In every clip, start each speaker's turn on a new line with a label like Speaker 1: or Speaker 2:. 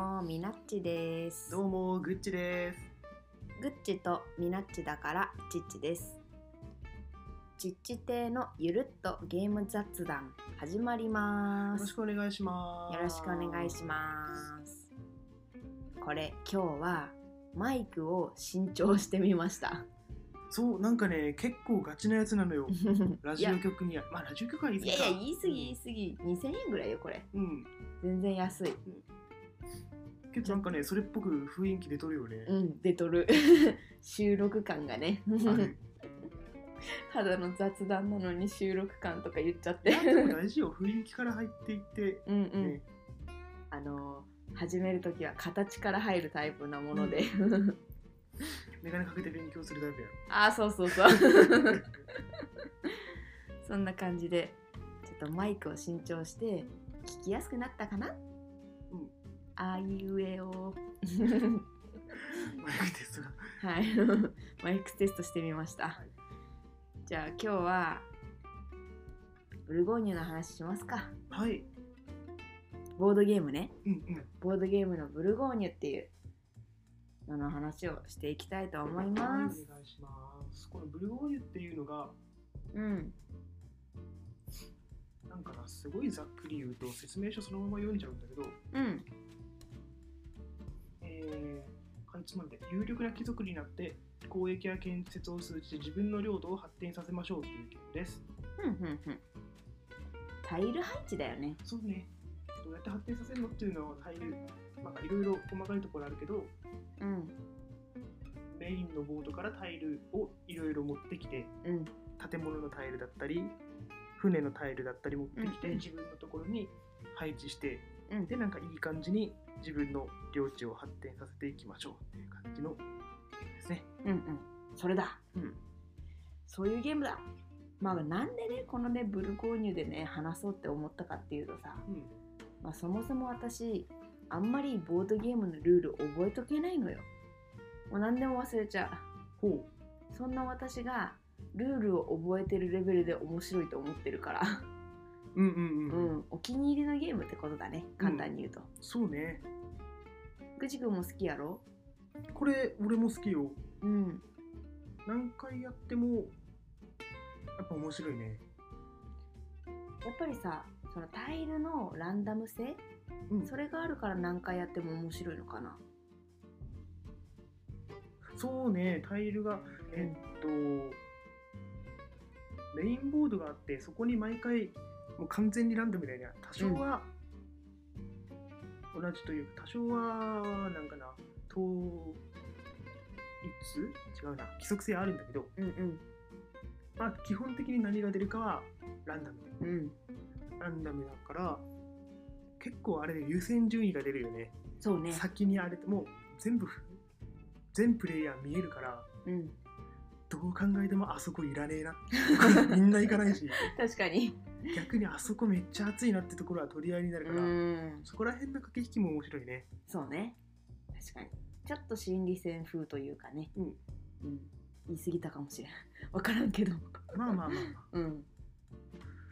Speaker 1: ッチです
Speaker 2: どうもグッチです。
Speaker 1: グッチとミナッチだからチッチですチッチ亭のゆるっとゲーム雑談始まり
Speaker 2: よ
Speaker 1: ま
Speaker 2: ろし
Speaker 1: す
Speaker 2: くお願いします。
Speaker 1: よろしくお願いしますこれ今日はマイクを新調してみました
Speaker 2: す。そうなんかね結構ガチなやつなのよ。ラ
Speaker 1: い
Speaker 2: ジ
Speaker 1: や
Speaker 2: オ
Speaker 1: い
Speaker 2: 局にはまあラジオ局は言い過
Speaker 1: や
Speaker 2: ぎ
Speaker 1: いや
Speaker 2: か。
Speaker 1: 言い過ぎ言い過ぎ2000円ぐらいよこれ
Speaker 2: うん。
Speaker 1: 全然安い
Speaker 2: けどなんかねそれっぽく雰囲気出とるよね。
Speaker 1: うん出と る収録感がね
Speaker 2: あ る
Speaker 1: ただの雑談なのに収録感とか言っちゃっ
Speaker 2: い
Speaker 1: て
Speaker 2: やでも大事よ雰囲気から入っていって。
Speaker 1: うんうん、
Speaker 2: ね
Speaker 1: あのー始める時は形から入るタイプなもので
Speaker 2: メガネかけて勉強するタイプや
Speaker 1: ああそうそうそう そんな感じでちょっとマイクを新調して聞きやすくなったかな
Speaker 2: うん
Speaker 1: あいうえ お
Speaker 2: ろ。マイクテストが。
Speaker 1: はい マイクテストしてみましたじゃあ今日はブルゴーニュの話しますか
Speaker 2: はい。
Speaker 1: ボードゲームね
Speaker 2: うんうん。
Speaker 1: ボードゲームのブルゴーニュっていうのの話をしていきたいと思い
Speaker 2: はい
Speaker 1: ます。
Speaker 2: お願いします。このブルゴーニュっていうのが
Speaker 1: うん。
Speaker 2: なんかなすごいざっくり言うと説明書そのまま読んじゃうんだけど。
Speaker 1: うん。
Speaker 2: えーかいつまんで有力な貴族になって交易や建設を通じて自分の領土を発展させましょうというゲームです
Speaker 1: ふんふんふん。タイル配置だよね。
Speaker 2: そうねどうやって発展させるのっていうのはタイルまあいろいろ細かいところあるけど
Speaker 1: うん。
Speaker 2: メインのボードからタイルをいろいろ持ってきて
Speaker 1: うん。
Speaker 2: 建物のタイルだったり船のタイルだったり持ってき
Speaker 1: うんう
Speaker 2: て
Speaker 1: ん
Speaker 2: 自分のところに配置して
Speaker 1: うん。
Speaker 2: でなんかいい感じに自分の領地を発展させていきましょうっていう感じのゲームですね
Speaker 1: うんうん。それだ。
Speaker 2: うん
Speaker 1: そういうゲームだ。まあなんでね、このね、ブルゴーニュでね、話そうって思ったかっていうとさ、
Speaker 2: うん
Speaker 1: まあそもそも私、あんまりボードゲームのルール覚えとけないのよ。もう何でも忘れちゃう。
Speaker 2: ほう
Speaker 1: そんな私がルールを覚えてるレベルで面白いと思ってるから、
Speaker 2: うんう
Speaker 1: う
Speaker 2: んうん、
Speaker 1: ん、お気に入りのゲームってことだね簡単に言うと、
Speaker 2: そうね
Speaker 1: ぐちくんも好きやろ
Speaker 2: これ俺も好きよ
Speaker 1: うん
Speaker 2: 何回やってもやっぱ面白いね
Speaker 1: やっぱりさそのタイルのランダム性
Speaker 2: うん
Speaker 1: それがあるから何回やっても面白いのかな
Speaker 2: そうねタイルがえっと、メインボードがあってそこに毎回もう完全にランダムだよね多少は同じというか多少はなんかな統一違うな規則性あるんだけど、
Speaker 1: うん
Speaker 2: まあ、基本的に何が出るかはランダムだよ
Speaker 1: うん
Speaker 2: ね
Speaker 1: うん
Speaker 2: ランダムだから結構あれで優先順位が出るよね
Speaker 1: そうね
Speaker 2: 先にあれもう全部全プレイヤー見えるから
Speaker 1: うん
Speaker 2: どう考えてもあそこいらねえなこれみんな行 かないし
Speaker 1: 確かに
Speaker 2: 逆にあそこめっちゃ熱いなってところは取り合いになる
Speaker 1: う
Speaker 2: から、
Speaker 1: ん
Speaker 2: そこら辺の駆け引きも面白いね
Speaker 1: そうね確かにちょっと心理戦風というかね
Speaker 2: うん、
Speaker 1: うん、言い過ぎたかもしれん わからんけど
Speaker 2: まあまあまあ、ま
Speaker 1: うん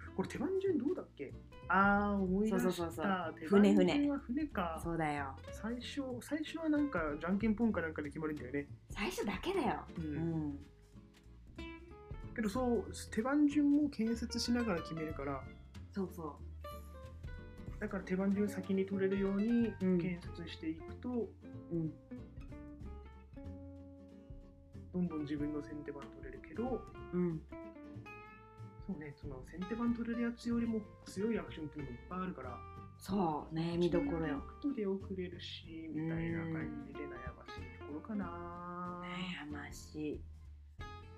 Speaker 2: あ、これ手番順どうだっけああ思い出した
Speaker 1: そうそうそうそう
Speaker 2: 手番順
Speaker 1: 船船
Speaker 2: は船か
Speaker 1: そうだよ
Speaker 2: 最初最初はなんかじゃんけんポンかなんかで決まるんだよね、
Speaker 1: 最初だけだよ
Speaker 2: うん
Speaker 1: うん
Speaker 2: けどそう手番順も建設しながら決めるから
Speaker 1: そうそ
Speaker 2: だから手番順先に取れるように
Speaker 1: うん
Speaker 2: 建設していくと、
Speaker 1: う。うん。
Speaker 2: どんどん自分の先手番取れるけど
Speaker 1: うん。
Speaker 2: そうねその先手番取れるやつよりも強いアクションっていうのもいっぱいあるから
Speaker 1: そう、悩みどころよ。
Speaker 2: ちょっと出遅れるしみたいな感じで悩ましいところかな
Speaker 1: 悩ましい。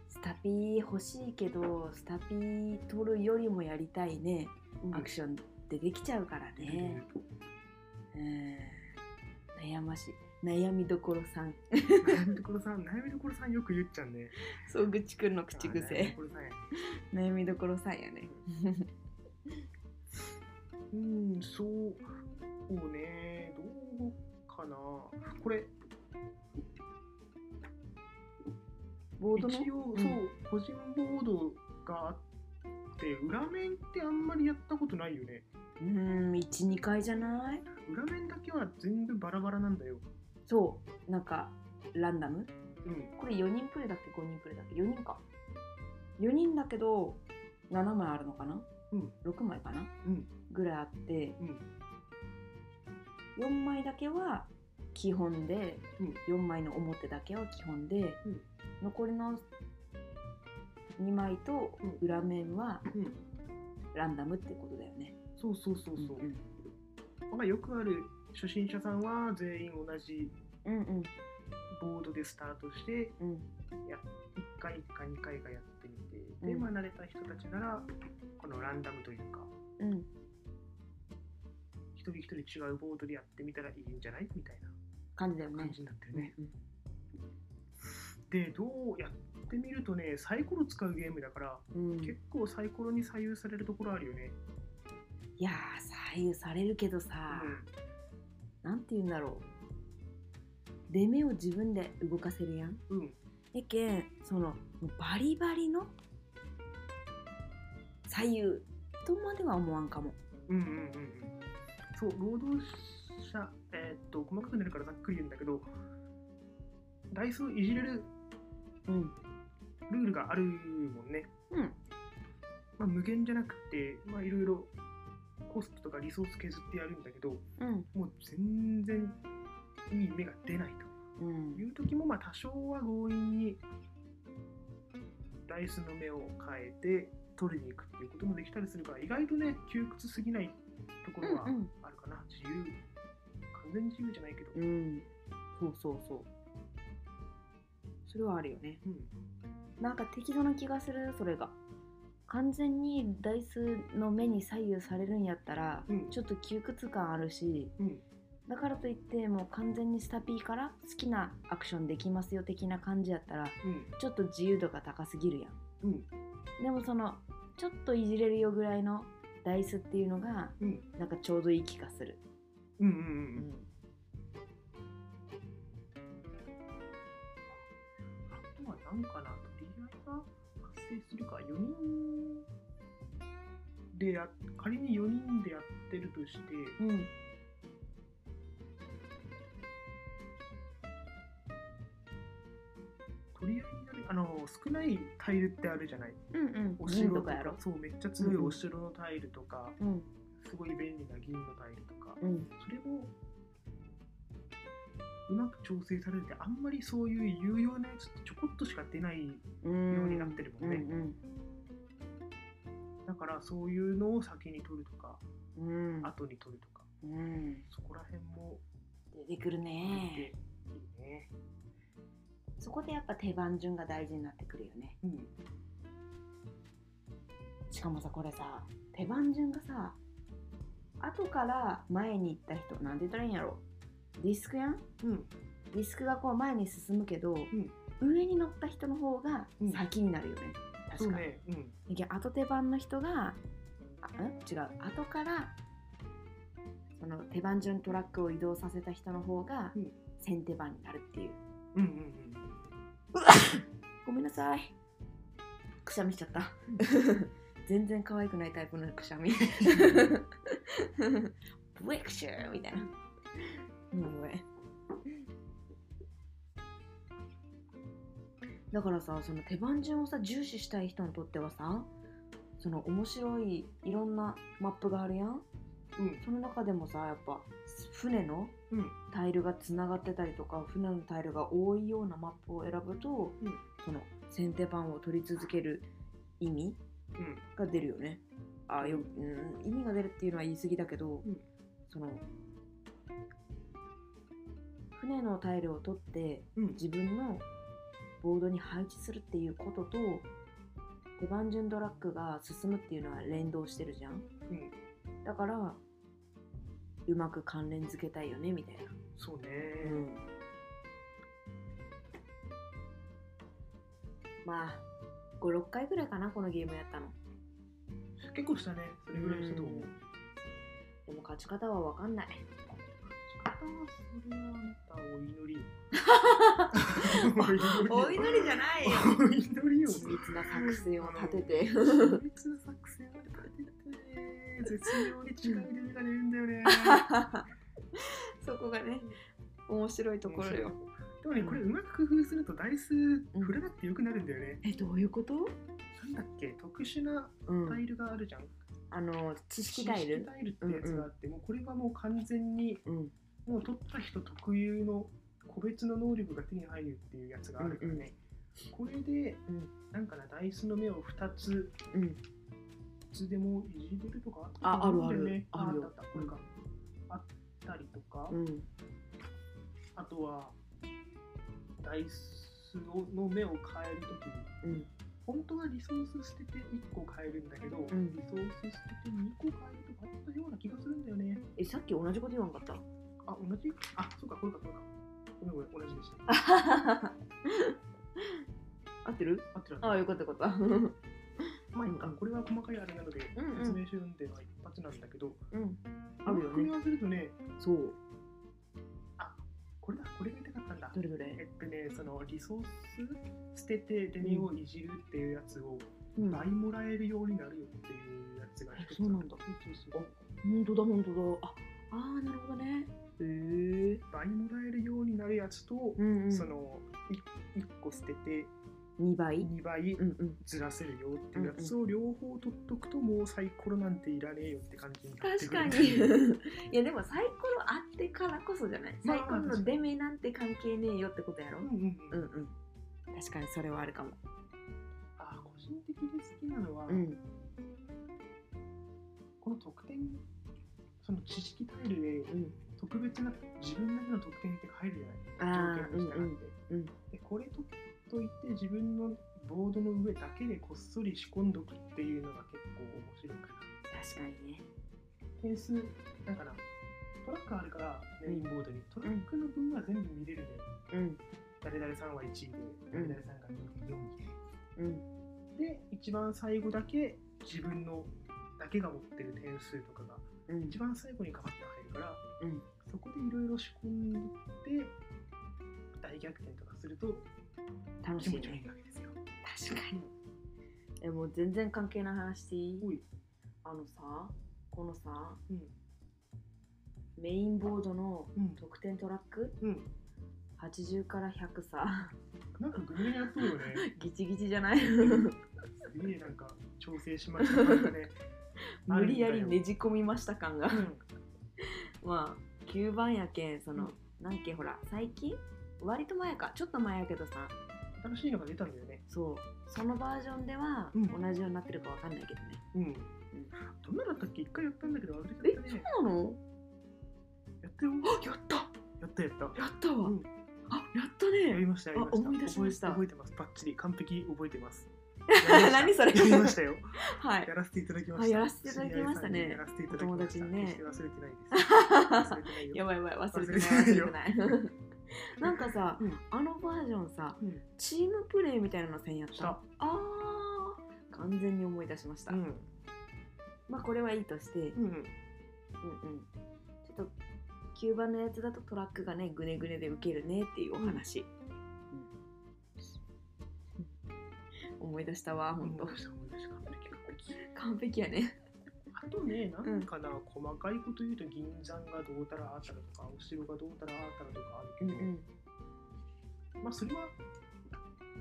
Speaker 1: スタピー欲しいけど、スタピー取るよりもやりたいね。アクション出てきちゃうからね。うん。悩ましい。悩みどころさん。
Speaker 2: 悩みどころさん悩みどころさんよく言っちゃうね
Speaker 1: そう、ぐちくんの口
Speaker 2: あー悩み
Speaker 1: 癖
Speaker 2: ど。ころさんやね
Speaker 1: 悩みどころさんやね。
Speaker 2: うんそうそうねどうかなこれ
Speaker 1: ボードの
Speaker 2: 一応、
Speaker 1: うん
Speaker 2: そう個人ボードがあっって裏面ってあんまりやったことないよね
Speaker 1: うーん12回じゃない
Speaker 2: 裏面だけは全部バラバラなんだよ
Speaker 1: そうなんかランダム
Speaker 2: うん
Speaker 1: これ4人プレイだっけ5人プレイだっけ4人か4人だけど7枚あるのかな、
Speaker 2: うん
Speaker 1: 6枚かな、
Speaker 2: うん
Speaker 1: ぐらいあって、
Speaker 2: うん
Speaker 1: 4枚だけは基本で、
Speaker 2: うん
Speaker 1: 4枚の表だけは基本で、
Speaker 2: うん
Speaker 1: 残りの2枚と
Speaker 2: うん
Speaker 1: 裏面は
Speaker 2: うん
Speaker 1: ランダムってことだよね。
Speaker 2: そうそうそうそう、
Speaker 1: うん
Speaker 2: まあ、よくある初心者さんは全員同じ
Speaker 1: うんうん
Speaker 2: ボードでスタートして
Speaker 1: うん
Speaker 2: 1回1回2回がやってみてで、
Speaker 1: うん
Speaker 2: まあ、慣れた人たちならこのランダムというか
Speaker 1: うん
Speaker 2: 一人一人違うボードでやってみたらいいんじゃないみたいな
Speaker 1: 感じだよね
Speaker 2: 感。じになってるね。
Speaker 1: うん
Speaker 2: でどうやってみるとねサイコロ使うゲームだから
Speaker 1: うん、
Speaker 2: 結構サイコロに左右されるところあるよね。
Speaker 1: いやー左右されるけどさ、
Speaker 2: う
Speaker 1: なんて言うんだろう出目を自分で動かせるやん
Speaker 2: ん、うん、
Speaker 1: えけんそのバリバリの左右とまでは思わんかも
Speaker 2: うんうんうんうんそう労働者えーっと細かくなるからざっくり言うんだけどダイスをいじれる
Speaker 1: うん
Speaker 2: ルールがあるもんね、
Speaker 1: うん
Speaker 2: まあ、無限じゃなくてまあいろいろコストとかリソース削ってやるんだけど
Speaker 1: うん
Speaker 2: もう全然いい目が出ない
Speaker 1: う
Speaker 2: とい
Speaker 1: ん
Speaker 2: う時もまあ多少は強引にダイスの目を変えて取りに行くっていうこともできたりするから意外とね窮屈すぎないところは
Speaker 1: うん
Speaker 2: あるかな自由完全に自由じゃないけど、
Speaker 1: うんうんそうそうそうそれはあるよね
Speaker 2: うん
Speaker 1: なんか適度な気がするそれが完全にダイスの目に左右されるんやったら、
Speaker 2: うん
Speaker 1: ちょっと窮屈感あるし
Speaker 2: うん
Speaker 1: だからといってもう完全にスタピーから好きなアクションできますよ的な感じやったら
Speaker 2: うん
Speaker 1: ちょっと自由度が高すぎるやん
Speaker 2: うん
Speaker 1: でもそのちょっといじれるよぐらいのダイスっていうのが
Speaker 2: うん
Speaker 1: なんかちょうどいい気がする、
Speaker 2: うんうんう
Speaker 1: うん
Speaker 2: あとは何かなとりあえずは発生するか4人でや仮に4人でやってるとして
Speaker 1: うんうん
Speaker 2: 取り合いになるあの少ないタイルってあるじゃない
Speaker 1: うん
Speaker 2: お
Speaker 1: 銀
Speaker 2: 城
Speaker 1: と
Speaker 2: と
Speaker 1: か
Speaker 2: か
Speaker 1: やろ
Speaker 2: そうめっちゃ強いお城のタイルとか、
Speaker 1: うん
Speaker 2: すごい便利な銀のタイルとか
Speaker 1: うん
Speaker 2: それもうまく調整されてあんまりそういう有用なやつってちょこっとしか出ない
Speaker 1: うん
Speaker 2: ようになってるもんね
Speaker 1: うん
Speaker 2: だからそういうのを先に取るとか
Speaker 1: うんうん
Speaker 2: 後に取るとか
Speaker 1: うん
Speaker 2: そこら辺も
Speaker 1: 出てくる
Speaker 2: 見
Speaker 1: ね
Speaker 2: ていいね。
Speaker 1: そこでやっぱ手番順が大事になってくるよね
Speaker 2: うん
Speaker 1: しかもさこれさ手番順がさ後から前に行った人なんて言ったらいいんやろディスクやん
Speaker 2: うん
Speaker 1: ディスクがこう前に進むけど、
Speaker 2: ん
Speaker 1: 上に乗った人の方が
Speaker 2: うん
Speaker 1: 先になるよね、
Speaker 2: そ
Speaker 1: 確
Speaker 2: う
Speaker 1: かに、
Speaker 2: ねうん
Speaker 1: いや後手番の人があん違う後からその手番順トラックを移動させた人の方が
Speaker 2: うん
Speaker 1: 先手番になるっていう、
Speaker 2: うんうん
Speaker 1: ごめんなさいくしゃみしちゃった 全然可愛くないタイプのくしゃみブエクシューみたいなもうごめんだからさその手番順をさ重視したい人にとってはさその面白いいろんなマップがあるやん
Speaker 2: うん
Speaker 1: その中でもさやっぱ船の
Speaker 2: うんうん
Speaker 1: タイルがつながってたりとか船のタイルが多いようなマップを選ぶと、
Speaker 2: うん
Speaker 1: その先手番を取り続ける意味
Speaker 2: うん
Speaker 1: が出るよね。あよ、うん、意味が出るっていうのは言い過ぎだけど、
Speaker 2: うん
Speaker 1: その船のタイルを取って
Speaker 2: うん
Speaker 1: 自分のボードに配置するっていうことと手番順ドラッグが進むっていうのは連動してるじゃん
Speaker 2: うん
Speaker 1: だからうまく関連付けたいよねみたいな。
Speaker 2: そうね
Speaker 1: うんまあ56回ぐらいかなこのゲームやったの
Speaker 2: 結構したねそれぐらいしたと思う
Speaker 1: でも勝ち方は分かんない
Speaker 2: 確かそれはあなたお祈 りよ
Speaker 1: お祈りじゃないよ
Speaker 2: お祈りよ
Speaker 1: 緻密な作戦を立てて
Speaker 2: あの緻密な作戦を立ててね絶妙に近いで目が出るんだよね
Speaker 1: そこがね面白いところよ
Speaker 2: でもねこれうまく工夫するとダイス振らなくてよくなるんだよね、
Speaker 1: えどういうこと、
Speaker 2: なんだっけ特殊な
Speaker 1: うん
Speaker 2: タイルがあるじゃん、
Speaker 1: あの知識タイル
Speaker 2: タイルってやつがあって、もうこれはもう完全に
Speaker 1: うん
Speaker 2: もう取った人特有の個別の能力が手に入るっていうやつがあるからね、これで、
Speaker 1: うん
Speaker 2: なんかなダイスの目を2つ
Speaker 1: うん
Speaker 2: いつでもいじれるとかあった
Speaker 1: あ
Speaker 2: と思うんだよね
Speaker 1: あるあるあるよ
Speaker 2: あったあったこれか、あったりとか、
Speaker 1: うん
Speaker 2: あとはダイスの目を変えるとき
Speaker 1: う
Speaker 2: に
Speaker 1: ん
Speaker 2: 本当はリソース捨てて1個変えるんだけど、
Speaker 1: ん
Speaker 2: リソース捨てて2個変えるとかあったような気がするんだよね
Speaker 1: えさっき同じこと言わんかった
Speaker 2: あ同じあそうかこれかこれかごめんごめん同じでした
Speaker 1: 合ってる
Speaker 2: 合ってる合ってる
Speaker 1: ああよかったよかった
Speaker 2: まあいいか、これは細かいあれなので、
Speaker 1: うんうん
Speaker 2: 説明書読んでは一発なんだけど、
Speaker 1: うん あるよ
Speaker 2: 組み
Speaker 1: ね
Speaker 2: 合わせるとね、
Speaker 1: そう
Speaker 2: これだ、これが言いたかったんだ。
Speaker 1: どれどれ
Speaker 2: えっとね、そのリソース捨てて出目をいじるっていうやつを
Speaker 1: うん
Speaker 2: 倍もらえるようになるよっていうやつが一つ
Speaker 1: そうなんだ
Speaker 2: そうそうそう
Speaker 1: 本当だ本当だああーなるほどねへえ
Speaker 2: 倍もらえるようになるやつと、
Speaker 1: うんうん
Speaker 2: そのい1個捨てて
Speaker 1: 2倍
Speaker 2: 2倍
Speaker 1: うんうん
Speaker 2: ずらせるよっていうやつを両方取っとくともうサイコロなんていらねえよって感じになって
Speaker 1: 確
Speaker 2: くる
Speaker 1: かに いやでもサイコロあってからこそじゃないサ
Speaker 2: まあ
Speaker 1: イコロの出目なんて関係ねえよってことやろ
Speaker 2: うんうん
Speaker 1: う
Speaker 2: うんん、
Speaker 1: うん確かにそれはあるかも
Speaker 2: あ個人的に好きなのは、
Speaker 1: うん
Speaker 2: この得点その知識タイルで
Speaker 1: うん
Speaker 2: 特別な自分だけの得点って入るじゃない
Speaker 1: あ
Speaker 2: 条
Speaker 1: ー
Speaker 2: 件としてあって、
Speaker 1: うんうんうん
Speaker 2: でこれとといって自分のボードの上だけでこっそり仕込んどくっていうのが結構面白いかな
Speaker 1: 確かにね
Speaker 2: 点数なんかなトラックあるからメインボードにトラックの分は全部見れるで、
Speaker 1: うん
Speaker 2: 誰々さんは1位で誰々さんが4
Speaker 1: う
Speaker 2: 位
Speaker 1: ん
Speaker 2: で,、で一番最後だけ自分のだけが持ってる点数とかが
Speaker 1: うん
Speaker 2: 一番最後にかかって入るから、
Speaker 1: うん
Speaker 2: そこでいろいろ仕込んで大逆転とかすると
Speaker 1: 楽
Speaker 2: 気
Speaker 1: しい
Speaker 2: 持ちがい
Speaker 1: ね
Speaker 2: いわけですよ。
Speaker 1: 確かにえもう全然関係ない話していい
Speaker 2: おい、
Speaker 1: あのさこのさ
Speaker 2: うん、
Speaker 1: メインボードの
Speaker 2: うん、
Speaker 1: 得点トラック
Speaker 2: うん、
Speaker 1: 80から100さ
Speaker 2: なんかグミやそうよね。
Speaker 1: ギチギチじゃない
Speaker 2: すげえなんか調整しましたなんかね。
Speaker 1: 無理や
Speaker 2: ある
Speaker 1: り
Speaker 2: んだよ
Speaker 1: ねじ込みました感が
Speaker 2: うん、
Speaker 1: まあ9番やけんその、
Speaker 2: うん
Speaker 1: なんけほら最近割と前かちょっと前やけどさ
Speaker 2: 新しいのが出たんだよね。
Speaker 1: そうそのバージョンでは
Speaker 2: うん
Speaker 1: 同じようになってるかわかんないけどね、
Speaker 2: うん。どんなだったっけ一回やったんだけど忘れ
Speaker 1: え
Speaker 2: ちゃったね。
Speaker 1: そうなの
Speaker 2: やったよ。
Speaker 1: やった
Speaker 2: やったやった。
Speaker 1: やったわ、
Speaker 2: うん
Speaker 1: あやった
Speaker 2: やり
Speaker 1: ね
Speaker 2: ましたやりました。
Speaker 1: あ思い出しました
Speaker 2: 覚えてます。バッチリ完璧覚えてます。
Speaker 1: 何それ
Speaker 2: やりましたよ。
Speaker 1: はい
Speaker 2: やらせていただきました。
Speaker 1: あやらせていただきましたね
Speaker 2: 知り合いさんにやらせていただきました。
Speaker 1: お友達にね
Speaker 2: 決して忘れてないです。忘れてないよ。
Speaker 1: やばいやばい忘れてない
Speaker 2: 忘
Speaker 1: 忘れ
Speaker 2: れてない
Speaker 1: て
Speaker 2: よ
Speaker 1: ないなんかさ
Speaker 2: うん
Speaker 1: あのバージョンさ
Speaker 2: うん
Speaker 1: チームプレーみたいなのせんやった
Speaker 2: した
Speaker 1: あー完全に思い出しました、
Speaker 2: うん
Speaker 1: まあこれはいいとして、
Speaker 2: うん
Speaker 1: うんうんちょっと9番のやつだとトラックがねグネグネでウケるねっていうお話、うん思い出したわほんと、
Speaker 2: 思い出した思い出した
Speaker 1: 完璧やね
Speaker 2: あとね、なんかな、細かいこと言うと銀山がどうたらあったらとか、お城がどうたらあったらとかあるけど、まあそれはや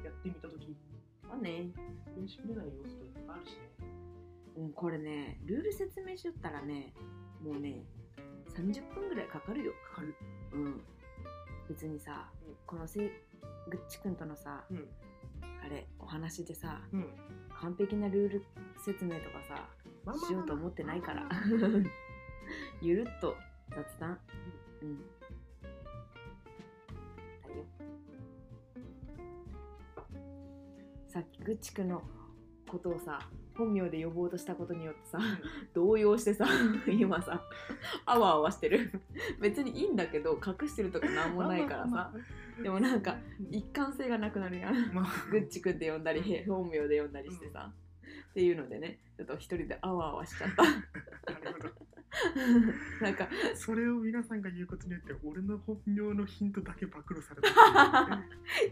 Speaker 2: ってみたとき、
Speaker 1: まあね、
Speaker 2: 説明しきれない要素とかあるしね。
Speaker 1: うん、これねルール説明しよったらねもうね30分ぐらいかかるよ
Speaker 2: かかる。
Speaker 1: うん別にさ、
Speaker 2: うん
Speaker 1: このせぐっちくんとのさ
Speaker 2: うん。
Speaker 1: あれお話でさ
Speaker 2: うん。
Speaker 1: 完璧なルール説明とかさ
Speaker 2: まあまあまあ
Speaker 1: しようと思ってない から。ゆるっと雑談。うん。だよ。さっきぐっちくんのことをさ、本名で呼ぼうとしたことによってさ、 動揺して さ、今さ、あわあわしてる。別にいいんだけど、隠してるとかなんもないからさ、でもなんか、一貫性がなくなるやん。
Speaker 2: まあ、
Speaker 1: ぐっちくんって呼んだりへ本名 で呼んだりしてさ、っていうのでねちょっと一人であわあわしちゃった
Speaker 2: なるほど。
Speaker 1: なんか
Speaker 2: それを皆さんが言うことによって俺の本名のヒントだけ暴露されたっ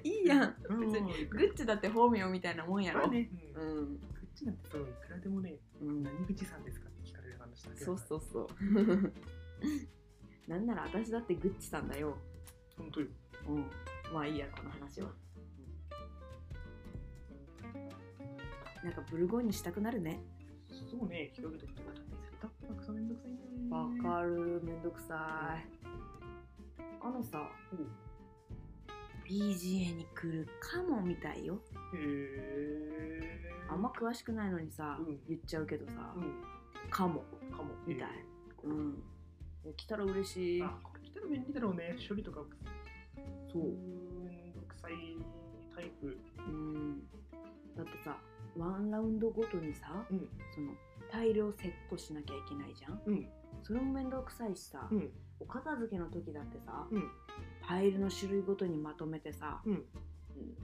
Speaker 2: て
Speaker 1: い いやん
Speaker 2: いうね
Speaker 1: 別に
Speaker 2: うん
Speaker 1: グッチだって本名みたいなもんや
Speaker 2: まあ
Speaker 1: ろ、
Speaker 2: ね、う、
Speaker 1: うんん、
Speaker 2: こっちなんてそういくらでもね
Speaker 1: うん、
Speaker 2: 何口さんですかって聞かれる話だけ
Speaker 1: そう
Speaker 2: う
Speaker 1: そうそう なんなら私だってグッチさんだよ、
Speaker 2: 本当よ
Speaker 1: うん、まあいいやこの話は、うんなんかブルゴーニュしたくなるね
Speaker 2: そうね広げておくとまたねセットアップがくそめんどくさいんだよね
Speaker 1: わかるめんどくさいあのさ
Speaker 2: おう
Speaker 1: BGA に来るかもみたいよ
Speaker 2: へえ
Speaker 1: あんま詳しくないのにさ、
Speaker 2: うん
Speaker 1: 言っちゃうけどさ、
Speaker 2: うん
Speaker 1: かも
Speaker 2: かも
Speaker 1: みたい
Speaker 2: へえ
Speaker 1: うん来たら嬉しい
Speaker 2: あこれ来たら便利だろうね処理とか
Speaker 1: そうう
Speaker 2: ーんどくさいタイプ
Speaker 1: うんだってさワンラウンドごとにさ
Speaker 2: うん
Speaker 1: その大量セットしなきゃいけないじゃん
Speaker 2: うん
Speaker 1: それも面倒くさいしさ、
Speaker 2: うん
Speaker 1: お片付けの時だってさ
Speaker 2: うん
Speaker 1: ファイルの種類ごとにまとめてさ、
Speaker 2: うん
Speaker 1: うん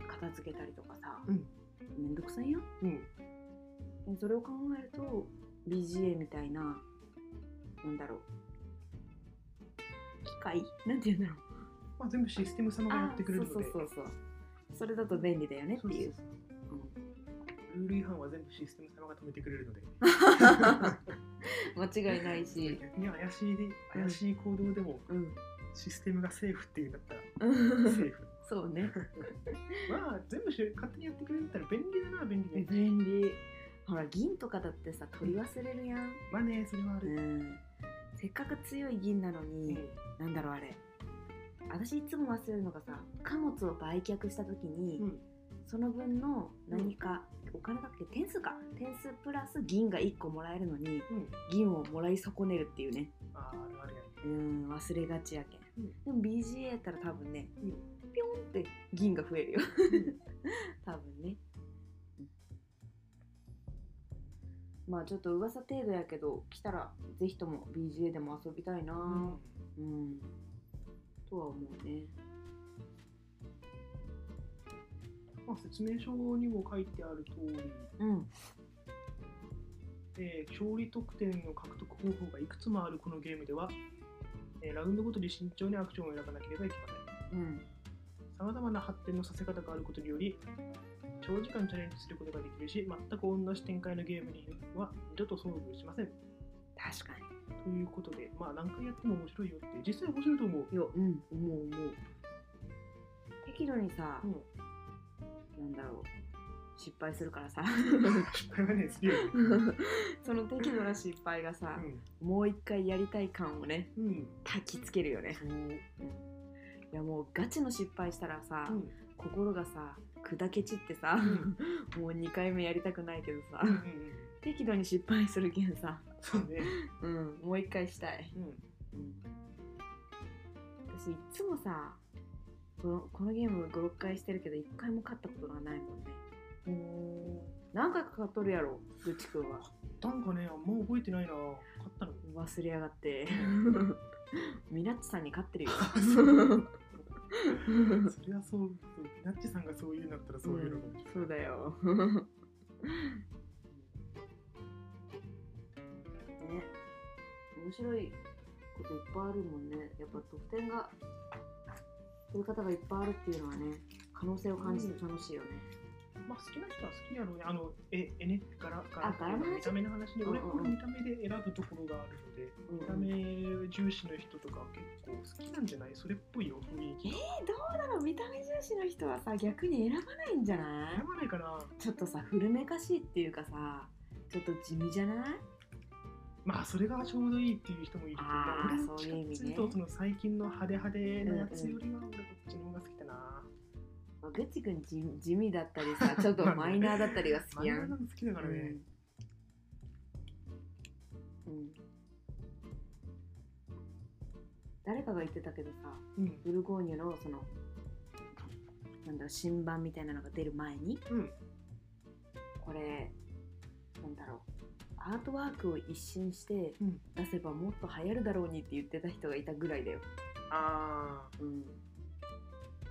Speaker 1: 片付けたりとかさ
Speaker 2: うん
Speaker 1: 面倒くさいよ
Speaker 2: うん
Speaker 1: それを考えると BGA みたいななんだろう機械なんて言うんだろう
Speaker 2: まあ全部システム様がやってくれるので
Speaker 1: あーそうそうそうそうそれだと便利だよねって
Speaker 2: そうそう
Speaker 1: いう
Speaker 2: そう
Speaker 1: うん
Speaker 2: ルール違反は全部システム様が止めてくれるので
Speaker 1: 間違いないし、
Speaker 2: 逆に怪しいで怪しい行動でも
Speaker 1: うん、
Speaker 2: システムがセーフっていうんだったらセーフ
Speaker 1: そうね
Speaker 2: まあ全部し勝手にやってくれるんだったら便利だな便利で
Speaker 1: 便利ほら銀とかだってさ取り忘れるやん、
Speaker 2: まあねそれはあ
Speaker 1: う
Speaker 2: る、
Speaker 1: ん、せっかく強い銀なの
Speaker 2: うん
Speaker 1: に、なんだろうあれ私いつも忘れるのがさ貨物を売却した時に、
Speaker 2: うん
Speaker 1: その分の何か、お金だっけ点数か点数プラス銀が1個もらえるのに
Speaker 2: うん
Speaker 1: 銀をもらい損ねるっていうね
Speaker 2: あーあるあるやね
Speaker 1: うん忘れがちやけん、でも BGA やったら多分ね、
Speaker 2: うん
Speaker 1: ピョンって銀が増えるよ 多分ね、うんまあちょっと噂程度やけど来たらぜひとも BGA でも遊びたいな
Speaker 2: う
Speaker 1: う
Speaker 2: ん
Speaker 1: ん、とは思うね
Speaker 2: まあ、説明書にも書いてある通り
Speaker 1: うん
Speaker 2: えー勝利得点の獲得方法がいくつもあるこのゲームでは、えーラウンドごとに慎重にアクションを選ばなければいけません。
Speaker 1: うん
Speaker 2: さまざまな発展のさせ方があることにより、長時間チャレンジすることができるし、全く同じ展開のゲームには二度と遭遇しません。
Speaker 1: 確か
Speaker 2: ということで、まあ何回やっても面白いよって、実際面白いと思う。
Speaker 1: にようん思う思う適度にさ、
Speaker 2: うん
Speaker 1: なんだろう失敗するからさ
Speaker 2: 失敗はね、すげえよね。
Speaker 1: その適度な失敗がさ、もう一回やりたい感をね
Speaker 2: うん。うん。
Speaker 1: 焚きつけるよね
Speaker 2: そう。うん。
Speaker 1: いやもうガチの失敗したらさ、心がさ砕け散ってさ、 もう2回目やりたくないけどさ、
Speaker 2: うんうん
Speaker 1: 適度に失敗するけんさ、
Speaker 2: そうね。
Speaker 1: うん、もう一回したい、
Speaker 2: うん。
Speaker 1: うん、私いつもさこのこのゲーム56回してるけど1回も勝ったことがないもんね何回か勝っとるやろぐっちくんは
Speaker 2: なんかね、あんま覚えてないな。勝ったの。
Speaker 1: 忘れやがって ミナッチさんに勝ってる よ
Speaker 2: そりゃそう、そうピナッチさんがそういうんだったらそういうのかもしれ
Speaker 1: そう
Speaker 2: ない。
Speaker 1: だよ。 ね、面白いこといっぱいあるもんね。やっぱ得点がそういう方がいっぱいあるっていうのはね、可能性を感じて楽しいよね。
Speaker 2: まあ好きな人は好きやろうね。あの、え、えね、柄、柄
Speaker 1: あ柄の話
Speaker 2: 見た目の話で、俺、
Speaker 1: うんうん
Speaker 2: 俺見た目で選ぶところがあるので、見た
Speaker 1: うんうん
Speaker 2: 目重視の人とか結構好きなんじゃないそれっぽいよ、雰囲気。
Speaker 1: えどうだろう見た目重視の人はさ逆に選ばないんじゃな
Speaker 2: 選ばないかな。
Speaker 1: いちょっとさ古めかしいっていうかさちょっと地味じゃない
Speaker 2: まあ、それがちょうどいいっていう人もいるけど
Speaker 1: あー
Speaker 2: 俺は
Speaker 1: そういう意味ね
Speaker 2: どっちかってうとその最近の派手派手なやつよりは、俺こっちの方が好きだな。
Speaker 1: グッチ君地地味だったりさちょっとマイナーだったりが好
Speaker 2: マ
Speaker 1: き
Speaker 2: イ
Speaker 1: や
Speaker 2: ナ
Speaker 1: ん
Speaker 2: ーなの好きだからね。
Speaker 1: うんうん誰かが言ってたけどさ
Speaker 2: うん。
Speaker 1: ブルゴーニュのそのなんだろう新版みたいなのが出る前に
Speaker 2: うん。
Speaker 1: これなんだろうアートワークを一新して
Speaker 2: うん
Speaker 1: 出せばもっと流行るだろうにって言ってた人がいたぐらいだよ、
Speaker 2: あー。
Speaker 1: うん、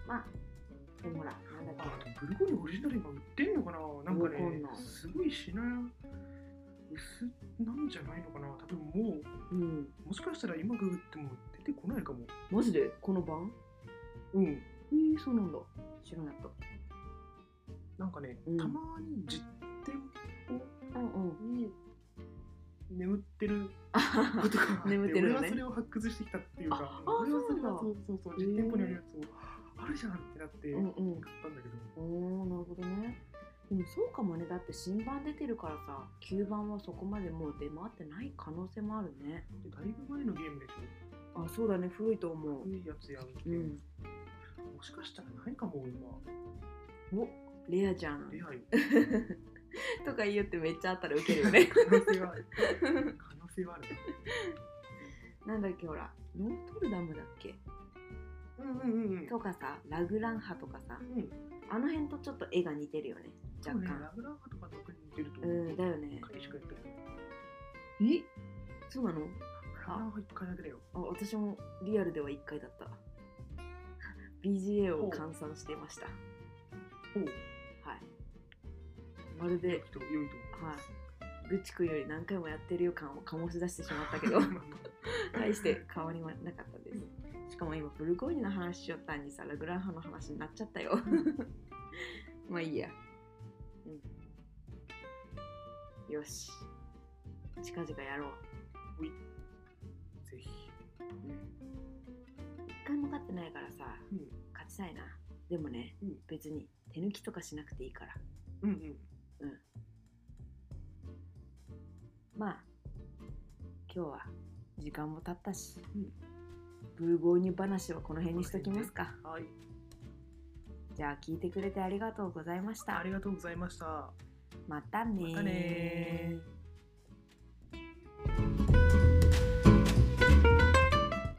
Speaker 1: まあでもほらなんだっ
Speaker 2: あ
Speaker 1: け
Speaker 2: でもブルゴーニュオリジナル今売ってんのかななんか
Speaker 1: わかん
Speaker 2: ね
Speaker 1: ない
Speaker 2: すごいしな薄なんじゃないのかな多分も
Speaker 1: うん
Speaker 2: うもしかしたら今ググっても出てこないかも
Speaker 1: マジでこの版
Speaker 2: うん
Speaker 1: えー、そうなんだ知らなかっ
Speaker 2: なんかね、
Speaker 1: うん
Speaker 2: たまに実店
Speaker 1: たうんうん
Speaker 2: 舗に眠ってる
Speaker 1: あ
Speaker 2: ことがあっ て、
Speaker 1: 眠ってる
Speaker 2: 俺
Speaker 1: の
Speaker 2: は
Speaker 1: ね
Speaker 2: それを発掘してきたっていうか
Speaker 1: ああ
Speaker 2: 俺はそれは
Speaker 1: そう
Speaker 2: そうそうそう
Speaker 1: へえ
Speaker 2: 実店舗にあるやつをあるじゃんってなって
Speaker 1: う
Speaker 2: 買
Speaker 1: ん
Speaker 2: っ
Speaker 1: うん
Speaker 2: たんだけど、
Speaker 1: おーなるほどねでもそうかもねだって新版出てるからさ旧版はそこまでもう出回ってない可能性もあるね
Speaker 2: でだいぶ前のゲームでしょ
Speaker 1: あそうだね古いと思
Speaker 2: 古いやつやるって、
Speaker 1: ううん
Speaker 2: もしかしたらないかも今
Speaker 1: おレアじゃん
Speaker 2: 出会い
Speaker 1: とか言ってめっちゃあったらウケるよね
Speaker 2: 可能性はある可能性はあるね
Speaker 1: なんだっけほらノートルダムだっけ
Speaker 2: うんうんうんうん
Speaker 1: とかさラグランハとかさ
Speaker 2: うん
Speaker 1: あの辺とちょっと絵が似てるよね
Speaker 2: 多
Speaker 1: 若
Speaker 2: 分ね
Speaker 1: 干
Speaker 2: ラブラブとか特に似てると
Speaker 1: う
Speaker 2: 思う、
Speaker 1: んだよね
Speaker 2: 彼氏くやってる
Speaker 1: えそうなの
Speaker 2: ラブラブは一回だけだよ
Speaker 1: あ私もリアルでは1回だった BGA を換算していました
Speaker 2: おう
Speaker 1: はいまるで
Speaker 2: 良いと良いと思いま
Speaker 1: は
Speaker 2: す
Speaker 1: い愚痴くんより何回もやってるよ感を醸し出してしまったけ ど大して変わりはなかったですしかも今ブルゴーニュの話しよったんにさラグランハの話になっちゃったよ まあいいや、うん、よし近々やろう
Speaker 2: ぜひ、
Speaker 1: 一回も勝ってないからさ
Speaker 2: うん、
Speaker 1: 勝ちたいなでもね、
Speaker 2: うん
Speaker 1: 別に手抜きとかしなくていいから
Speaker 2: うんうん
Speaker 1: まあ今日は時間も経ったし、
Speaker 2: うん
Speaker 1: ブルゴーニュ話はこの辺にしときますか
Speaker 2: はい
Speaker 1: じゃあ聞いてくれてありがとうございました
Speaker 2: ありがとうございました
Speaker 1: またねー
Speaker 2: またねー